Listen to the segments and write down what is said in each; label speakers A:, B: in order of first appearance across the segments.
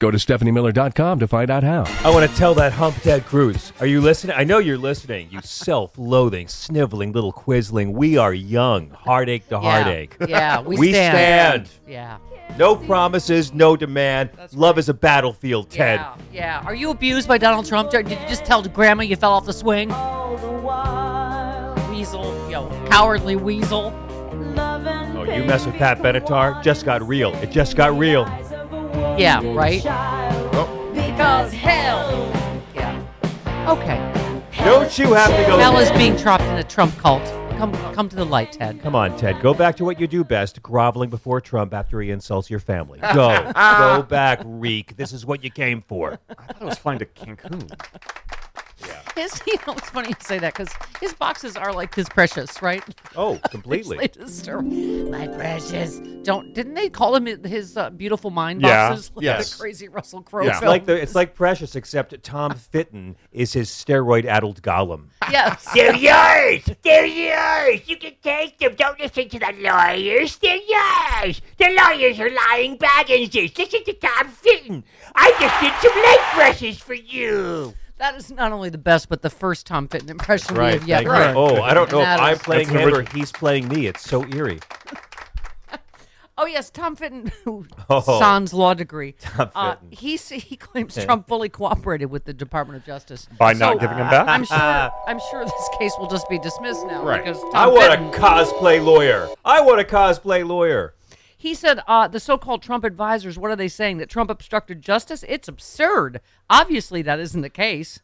A: Go to StephanieMiller.com to find out how.
B: I want to tell that hump dad Bruce. Are you listening? I know you're listening. You self-loathing, sniveling little quizling. We are young, heartache to heartache.
C: Yeah, we,
B: We
C: stand.
B: stand.
C: Yeah.
B: No promises, no demand. Love is a battlefield, Ted.
C: Yeah. Yeah. Are you abused by Donald Trump? Did you just tell Grandma you fell off the swing? Weasel, yo, cowardly weasel.
B: Oh, you mess with Pat Benatar, just got real. It just got real.
C: Yeah, right. Because hell. Yeah. Okay.
B: Don't you have to go?
C: Hell is being trapped in a Trump cult. Come, come to the light, Ted.
B: Come on, Ted. Go back to what you do best: groveling before Trump after he insults your family. Go, go back, reek. This is what you came for.
D: I thought it was flying to Cancun.
C: His, you know, it's funny you say that because his boxes are like his precious, right?
B: Oh, completely.
C: His latest are, My precious. Don't didn't they call him his uh, beautiful mind
D: Yeah,
C: boxes? Like
D: yes.
C: the crazy Russell Crowe
D: Yeah.
B: It's
C: film.
B: like the, it's like Precious, except Tom Fitton is his steroid-addled Gollum.
C: yes.
E: They're yours. They're yours. You can take them. Don't listen to the lawyers. They're yours. The lawyers are lying baggages. Listen to Tom Fitton. I just did some leg brushes for you.
C: That is not only the best, but the first Tom Fitton impression we
D: Right,
C: have yet
D: thank you.
C: heard.
D: Right.
B: Oh, I don't know if
C: That
B: I'm
C: is-
B: playing
D: That's an
B: him or
D: origi-
B: he's playing me. It's so eerie.
C: Oh yes, Tom Fitton, who
B: Oh.
C: sans law degree. Tom
B: Fitton.
C: he s- he claims Trump fully cooperated with the Department of Justice
D: By not giving him back?
C: I'm sure. I'm sure this case will just be dismissed now
D: Right.
C: because Tom
B: I want
C: Fitton-
B: a cosplay lawyer. I want a cosplay lawyer.
C: He said uh, the so called Trump advisors, what are they saying? That Trump obstructed justice? It's absurd. Obviously, that isn't the case.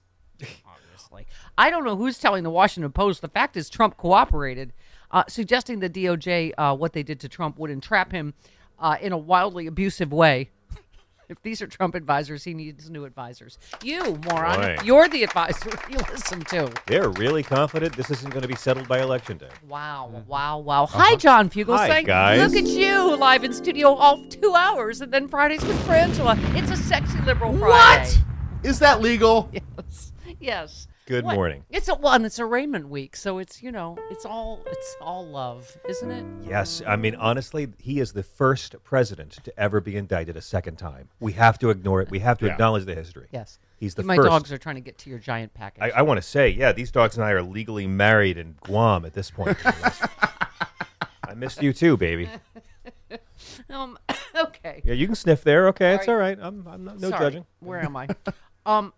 C: Obviously. I don't know who's telling the Washington Post. The fact is, Trump cooperated, uh, suggesting the DOJ, uh, what they did to Trump, would entrap him uh, in a wildly abusive way. If these are Trump advisors, he needs new advisors. You, moron.
B: Right.
C: You're the advisor you listen to.
B: They're really confident this isn't going to be settled by election day.
C: Wow, wow, wow. Hi, John Fugelsang.
B: Uh-huh. Hi, guys.
C: Look at you live in studio all two hours and then Fridays with Frangela. It's a sexy liberal Friday.
D: What? Is that legal?
C: Yes. Yes.
B: Good
C: What-
B: morning.
C: It's a well, and it's a Raymond week, so it's you know, it's all it's all love, isn't it?
B: Yes, I mean honestly, he is the first president to ever be indicted a second time. We have to ignore it. We have to acknowledge the history.
C: Yes.
B: He's the
C: My
B: first.
C: dogs are trying to get to your giant package.
B: I, I want to say, yeah, these dogs and I are legally married in Guam at this point. I missed you too, baby.
C: um okay.
B: Yeah, you can sniff there. Okay, it's all right. I'm, I'm not, no
C: Sorry.
B: judging.
C: Where am I? um,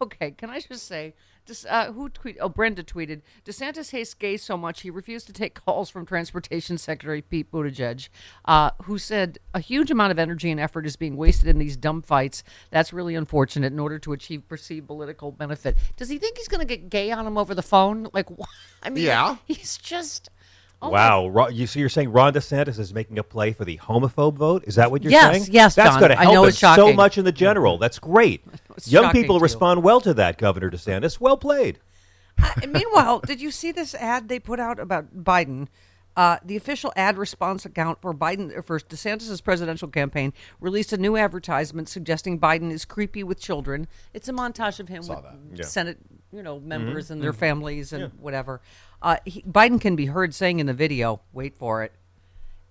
C: okay. Can I just say, just, uh, who tweet? Oh, Brenda tweeted. DeSantis hates gays so much he refused to take calls from Transportation Secretary Pete Buttigieg, uh, who said a huge amount of energy and effort is being wasted in these dumb fights. That's really unfortunate in order to achieve perceived political benefit. Does he think he's going to get gay on him over the phone? Like, wh- I mean,
D: Yeah.
C: he's just. Oh my
B: Wow, Ro- you so you're saying Ron DeSantis is making a play for the homophobe vote? Is that what you're
C: Yes,
B: saying?
C: yes,
B: That's
C: Don.
B: going to
C: I
B: help
C: know
B: him
C: it's shocking.
B: so much in the general. That's great.
C: it's
B: Young
C: shocking
B: people
C: to you.
B: respond well to that, Governor DeSantis. Well played.
C: And meanwhile, did you see this ad they put out about Biden? Uh, the official ad response account for Biden or for DeSantis' presidential campaign released a new advertisement suggesting Biden is creepy with children. It's a montage of him with Senate, you know, members
B: Mm-hmm,
C: and their families and whatever. Uh, he, Biden can be heard saying in the video, "Wait for it."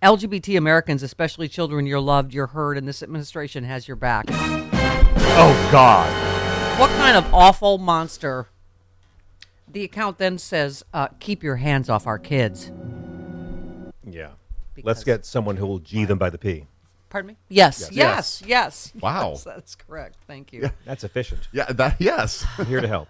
C: LGBT Americans, especially children, you're loved, you're heard, and this administration has your back.
B: Oh God.
C: What kind of awful monster? The account then says, uh, "Keep your hands off our kids."
B: Yeah. Let's get someone who will G them by the P.
C: Pardon me? Yes, yes, yes.
D: Wow.
C: Yes, that's correct. Thank you.
B: That's efficient.
D: Yeah, that, yes.
B: I'm here to help.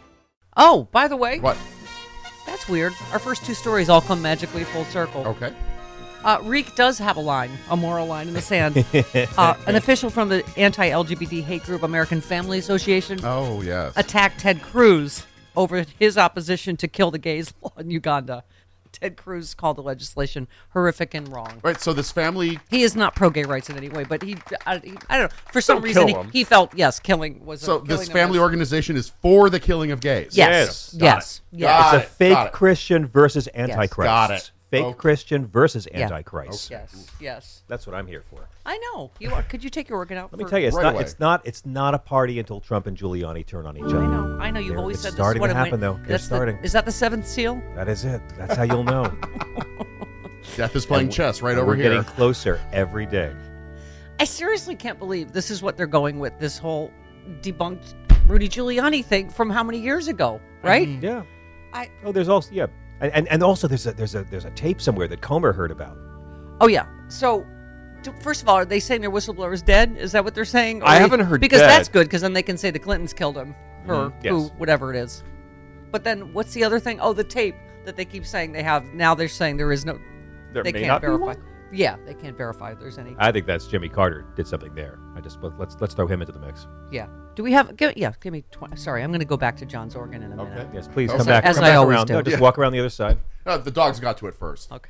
C: Oh, by the way,
D: What?
C: that's weird. Our first two stories all come magically full circle.
D: Okay.
C: Uh, Reek does have a line, a moral line in the sand. uh, an official from the anti LGBT hate group American Family Association
D: Oh, yes.
C: attacked Ted Cruz over his opposition to kill the gays law in Uganda. Ted Cruz called the legislation horrific and wrong.
D: Right, so this family
C: He is not pro gay rights in any way, but he, I, he- I don't know. For some
D: Don't
C: reason,
D: kill
C: he,
D: him.
C: he felt, yes, killing was a-
D: So
C: killing
D: this
C: them
D: family
C: was-
D: organization is for the killing of gays.
B: Yes.
C: Yes. Yes.
D: Got it.
C: Yes.
D: Got
B: it's a
D: it,
B: fake
D: got it.
B: Christian versus Antichrist.
D: Got it.
B: Fake
D: Okay.
B: Christian versus Antichrist.
C: Yes. Yes.
B: That's what I'm here for.
C: I know. You are. Could you take your organ out?
B: Let me
C: for-
B: tell you, it's
D: Right
B: not.
D: away.
B: It's not. It's not a party until Trump and Giuliani turn on each other.
C: I know. I know. You've
B: They're-
C: always
B: it's
C: said
B: starting
C: this. is
B: to
C: what
B: happen,
C: it
B: though.
C: meant.
B: They're
C: That's the-
B: starting.
C: is that the seventh seal?
B: That is it. That's how you'll know.
D: Death is playing chess right over
B: We're
D: here.
B: getting closer every day.
C: I seriously can't believe this is what they're going with. This whole debunked Rudy Giuliani thing from how many years ago, right?
B: Yeah.
C: I-
B: Oh, there's also yeah, and, and and also there's a there's a there's a tape somewhere that Comer heard about.
C: Oh yeah. So, d first of all, are they saying their whistleblower is dead? Is that what they're saying?
F: I
C: Or-
F: haven't heard
C: because
F: dead.
C: that's good because then they can say the Clintons killed him or
B: Mhm.
C: who,
B: Yes.
C: whatever it is. But then what's the other thing? Oh, the tape that they keep saying they have. Now they're saying there is no.
F: There
C: they
F: may
C: can't
F: not be
C: verify.
F: one.
C: yeah, they can't verify if there's any.
B: I think that's Jimmy Carter did something there. I just let- let's let's throw him into the mix.
C: Yeah. Do we have? Give, yeah, give me. Tw- sorry, I'm going to go back to John's organ in a minute.
B: Yes, please
D: Okay.
B: come back.
C: As
B: come
C: I
B: back
C: always
B: around.
C: do.
B: No, just walk around the other side.
D: Uh, the dogs got to it first.
C: Okay.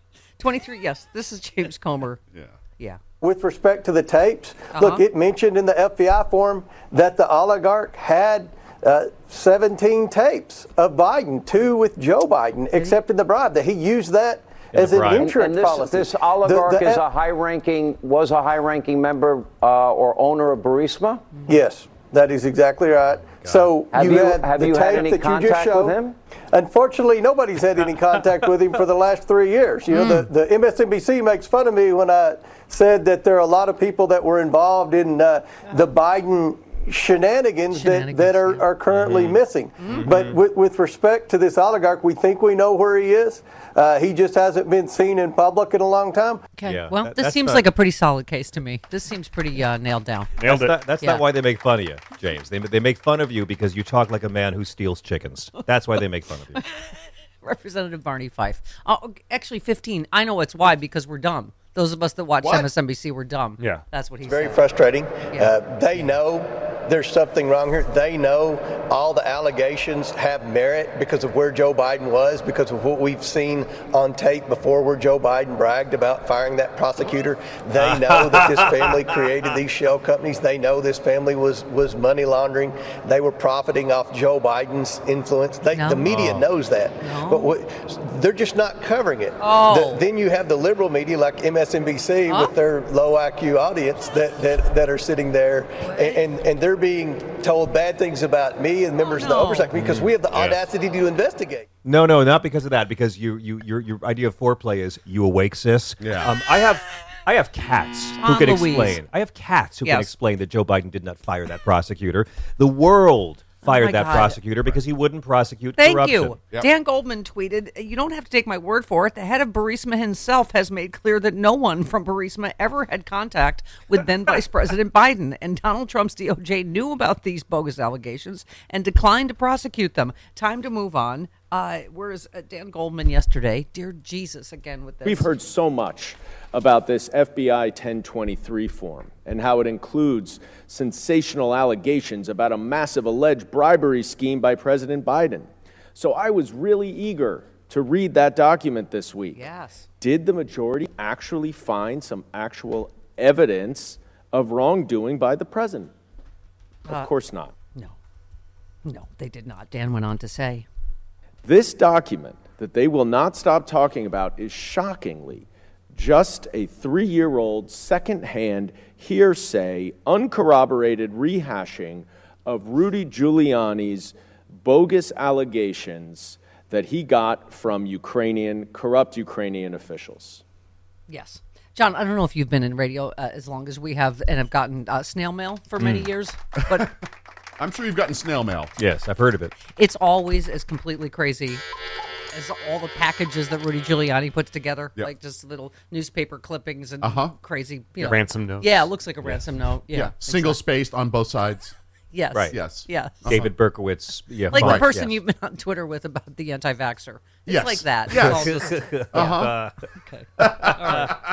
C: 23, yes. This is James Comer.
D: Yeah.
C: Yeah. Uh-huh.
G: With respect to the tapes, look, it mentioned in the FBI form that the oligarch had uh, 17 tapes of Biden, two with Joe Biden, accepted the bribe. That he used that as
B: the
G: an
B: bribe.
G: insurance
H: And this,
G: policy.
H: this oligarch
G: The- the
H: is a
G: F-
H: high-ranking, was a high-ranking member uh, or owner of Burisma.
G: Yes, that is exactly right. So
H: Have you-
G: had
H: have
G: the
H: you had
G: tape
H: any
G: that you just
H: contact with
G: showed.
H: him?
G: Unfortunately, nobody's had any contact with him for the last three years. You know,
H: Hmm.
G: the, the MSNBC makes fun of me when I said that there are a lot of people that were involved in uh, the Biden shenanigans, that,
C: Shenanigans,
G: that are,
C: yeah.
G: are currently missing. But with, with respect to this oligarch, we think we know where he is. Uh, he just hasn't been seen in public in a long time.
C: Okay.
B: Yeah,
C: well,
B: that-
C: this
B: that's
C: seems
B: not-
C: like a pretty solid case to me. This seems pretty uh, nailed down.
F: Nailed it.
B: That's, not, that's
C: Yeah.
B: not why they make fun of you, James. They, they make fun of you because you talk like a man who steals chickens. That's why they make fun of you.
C: Representative Barney Fife. Oh, actually, 15. I know it's why because we're dumb. Those of us that watch
D: What?
C: MSNBC were dumb.
F: Yeah.
C: That's what he
G: Very
C: said.
G: frustrating.
C: Yeah.
G: Uh, they know there's something wrong here. They know all the allegations have merit because of where Joe Biden was, because of what we've seen on tape before where Joe Biden bragged about firing that prosecutor. They know that this family created these shell companies. They know this family was, was money laundering. They were profiting off Joe Biden's influence. They, The media knows that. But what, they're just not covering it.
F: Oh.
G: The- then you have the liberal media like MSNBC with their low IQ audience that, that, that are sitting there and, and, and they're being told bad things about me and members of the oversight committee because we have the
B: Yeah.
G: audacity to investigate.
B: No, no, not because of that. Because you, you, your, your idea of foreplay is you awake, sis. Yeah. Um, I have, I have cats who
C: Tom
B: can
C: Louise.
B: explain. I have cats who can
C: Yes.
B: explain that Joe Biden did not fire that prosecutor. The world fired
C: Oh my
B: that
C: God.
B: prosecutor because he wouldn't prosecute
C: Thank
B: corruption.
C: you. Dan Goldman tweeted, You don't have to take my word for it. The head of Burisma himself has made clear that no one from Burisma ever had contact with then Vice President Biden. And Donald Trump's DOJ knew about these bogus allegations and declined to prosecute them. Time to move on. Uh, where's uh, Dan Goldman yesterday? Dear Jesus, again with this.
I: We've heard so much about this FBI 1023 form and how it includes sensational allegations about a massive alleged bribery scheme by President Biden. So I was really eager to read that document this week.
C: Yes.
I: Did the majority actually find some actual evidence of wrongdoing by the president?
C: Uh,
I: Of course not.
C: No, they did not. Dan went on to say.
I: This document that they will not stop talking about is shockingly just a three year old, second hand, hearsay, uncorroborated rehashing of Rudy Giuliani's bogus allegations that he got from Ukrainian, corrupt Ukrainian officials.
C: Yes. John, I don't know if you've been in radio uh, as long as we have and have gotten uh, snail mail for many
D: Mm.
C: years, but
D: I'm sure you've gotten snail mail.
B: Yes, I've heard of it.
C: it's always as completely crazy as all the packages that Rudy Giuliani puts together,
D: Yep.
C: like just little newspaper clippings and
D: Uh-huh.
C: crazy you
D: Yeah.
C: know.
D: Ransom notes.
C: Yeah, it looks like a ransom note. Yeah,
D: Single spaced on both sides.
C: Yes. Right.
D: Yes.
C: Yes.
B: David Berkowitz. Yeah.
C: like
B: fine.
C: the person
B: Yes.
C: you've been on Twitter with about the anti-vaxxer. It's
B: Yes.
C: like that. It's
B: Yes.
C: all just- yeah.
B: Uh-huh.
C: Okay. All right.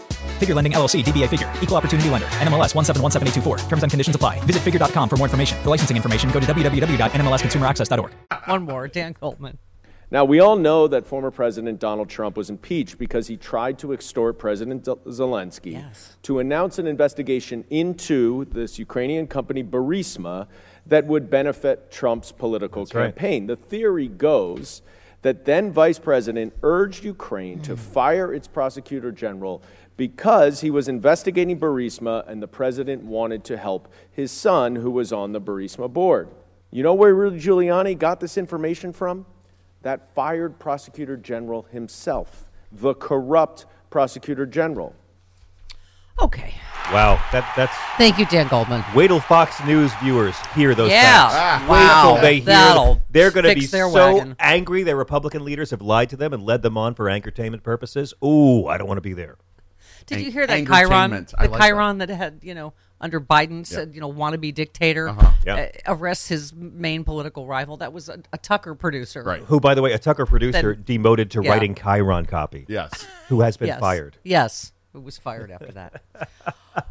J: Figure Lending LLC, DBA Figure, Equal Opportunity Lender, NMLS 1717824. Terms and conditions apply. Visit figure.com for more information. For licensing information, go to www.nmlsconsumeraccess.org.
C: One more, Dan Goldman.
I: Now, we all know that former President Donald Trump was impeached because he tried to extort President Zel- Zelensky to announce an investigation into this Ukrainian company Burisma that would benefit Trump's political
B: right.
I: campaign. The theory goes that then Vice President urged Ukraine to fire its prosecutor general because he was investigating Burisma and the president wanted to help his son who was on the Burisma board. You know where Rudy Giuliani got this information from? that fired prosecutor general himself, the corrupt prosecutor general.
C: Okay.
B: Wow. That that's.
C: Thank you, Dan Goldman.
B: Wait till Fox News viewers hear those
C: Yeah.
B: facts.
C: Ah,
B: Wait
C: wow.
B: till they hear
C: That'll
B: them. They're going to
C: fix
B: be
C: their
B: so
C: wagon.
B: angry that Republican leaders have lied to them and led them on for entertainment purposes. Ooh, I don't want to be there.
C: Did
B: Ang-
C: you hear that Chiron?
B: Angertainment.
C: The
B: I like that.
C: Chiron that. had, you know, under Biden said, you know, wannabe dictator
B: Uh-huh. Yeah.
C: uh, arrests his main political rival. That was a, a Tucker producer. Right.
B: Who, by the way, a Tucker producer
C: Then-
B: demoted to
C: yeah.
B: writing Chiron copy.
D: Yes.
B: Who has been
C: yes.
B: fired.
C: Yes. Who was fired after that.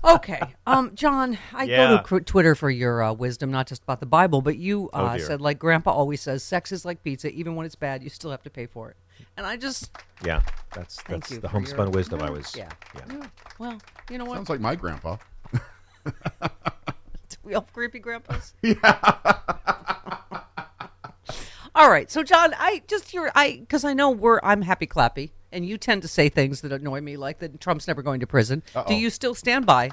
C: okay. Um, John, I go
B: Yeah.
C: to cr- Twitter for your uh, wisdom, not just about the Bible, but you
B: Oh,
C: uh,
B: dear.
C: said, like Grandpa always says, sex is like pizza. Even when it's bad, you still have to pay for it. And I just.
B: Yeah, that's
C: Thank
B: that's
C: you
B: the
C: for your-
B: homespun wisdom I
C: Yeah.
B: was.
C: Yeah. yeah. Well, you know what?
D: Sounds like my grandpa.
C: we all creepy grandpas.
D: yeah.
C: All All right. So John, I just your I because I know we're I'm happy clappy, and you tend to say things that annoy me, like that Trump's never going to prison.
F: Uh-oh.
C: Do you still stand by?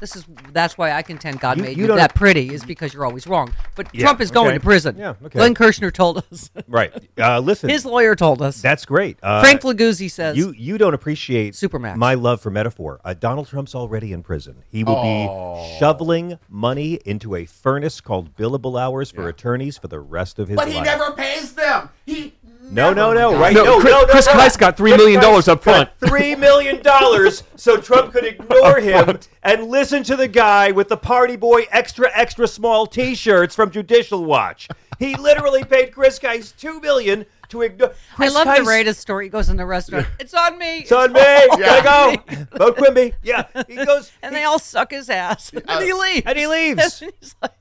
C: This is that's why I contend God
F: You-
C: made
F: you
C: you,
F: don't-
C: that pretty is because you're always wrong. But
B: Yeah,
C: Trump is going
B: okay.
C: to prison.
B: Yeah, okay.
C: Glenn Kirshner told us.
B: Right. Uh, listen.
C: His lawyer told us.
B: That's great. Uh,
C: Frank Leguzzi says-
B: you you don't appreciate
C: Supermax.
B: My love for metaphor. Uh, Donald Trump's already in prison. He will
D: Oh.
B: be shoveling money into a furnace called billable hours for attorneys for the rest of his
D: but
B: life.
D: he never pays them. He
B: no, no, no,
D: never-
B: right?
D: No,
B: No,
D: Chris-
B: no, no,
D: Chris
B: no.
D: Price got $3
B: Chris
D: million
B: Price
D: up front.
B: got Three million dollars, so Trump could ignore him and listen to the guy with the party boy extra extra small T-shirts from Judicial Watch. He literally paid Chris Geis two million to ignore.
C: I
B: Chris
C: love the
B: Geis-
C: Reyes story. He goes in the restaurant. It's on me.
B: It's on me. Gotta go. Vote Quimby. Yeah. He goes,
C: and they all suck his ass, and he leaves.
B: Uh, and he leaves.
C: He's like,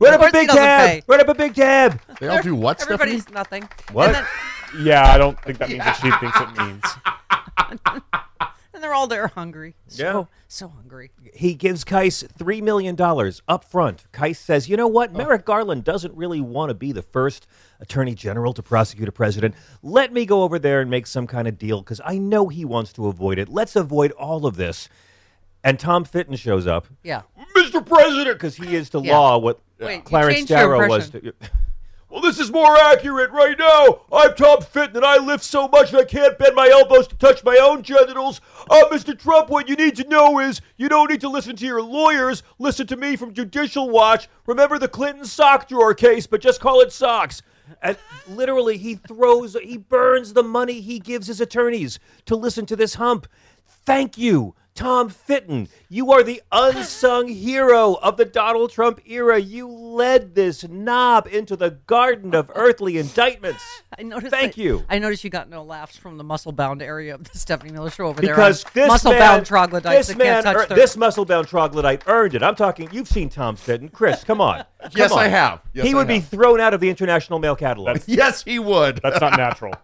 B: Run up
C: Of
B: a
C: course he
B: big
C: doesn't
B: tab.
C: pay.
B: Run up a big tab.
D: They all do what,
C: Everybody's nothing.
B: What?
C: And, then,
K: Yeah, I don't think that means what she thinks it means.
C: and they're all there hungry. So,
B: Yeah.
C: So hungry.
B: He gives Kais three million dollars up front. Kais says, "You know what? Merrick Garland doesn't really want to be the first attorney general to prosecute a president. Let me go over there and make some kind of deal because I know he wants to avoid it. Let's avoid all of this." And Tom Fitton shows up,
C: Yeah.
B: Mr. President, because he is to
C: Yeah.
B: law what uh,
C: Wait, you
B: Clarence
C: changed your
B: Darrow was to. Well, this is more accurate right now. I'm Tom Fitton, and I lift so much that I can't bend my elbows to touch my own genitals. Uh, Mr. Trump, what you need to know is you don't need to listen to your lawyers. Listen to me from Judicial Watch. Remember the Clinton sock drawer case, but just call it socks. And literally, he throws, he burns the money he gives his attorneys to listen to this hump. Thank you, Tom Fitton. You are the unsung hero of the Donald Trump era. You led this knob into the garden of earthly indictments.
C: I noticed.
B: Thank
C: that-
B: you.
C: I noticed you got no laughs from the muscle bound area of the Stephanie Miller show over
B: Because this
C: there. on muscle
B: man,
C: bound troglodytes
B: this
C: that
B: man,
C: can't touch
B: ear-
C: their.
B: this muscle-bound troglodyte earned it. I'm talking. You've seen Tom Fitton, Chris. Come on. Come
D: Yes,
B: on.
D: I have. Yes,
B: he
D: I
B: would be
D: have.
B: thrown out of the international mail catalog.
D: yes, he would.
K: That's not natural.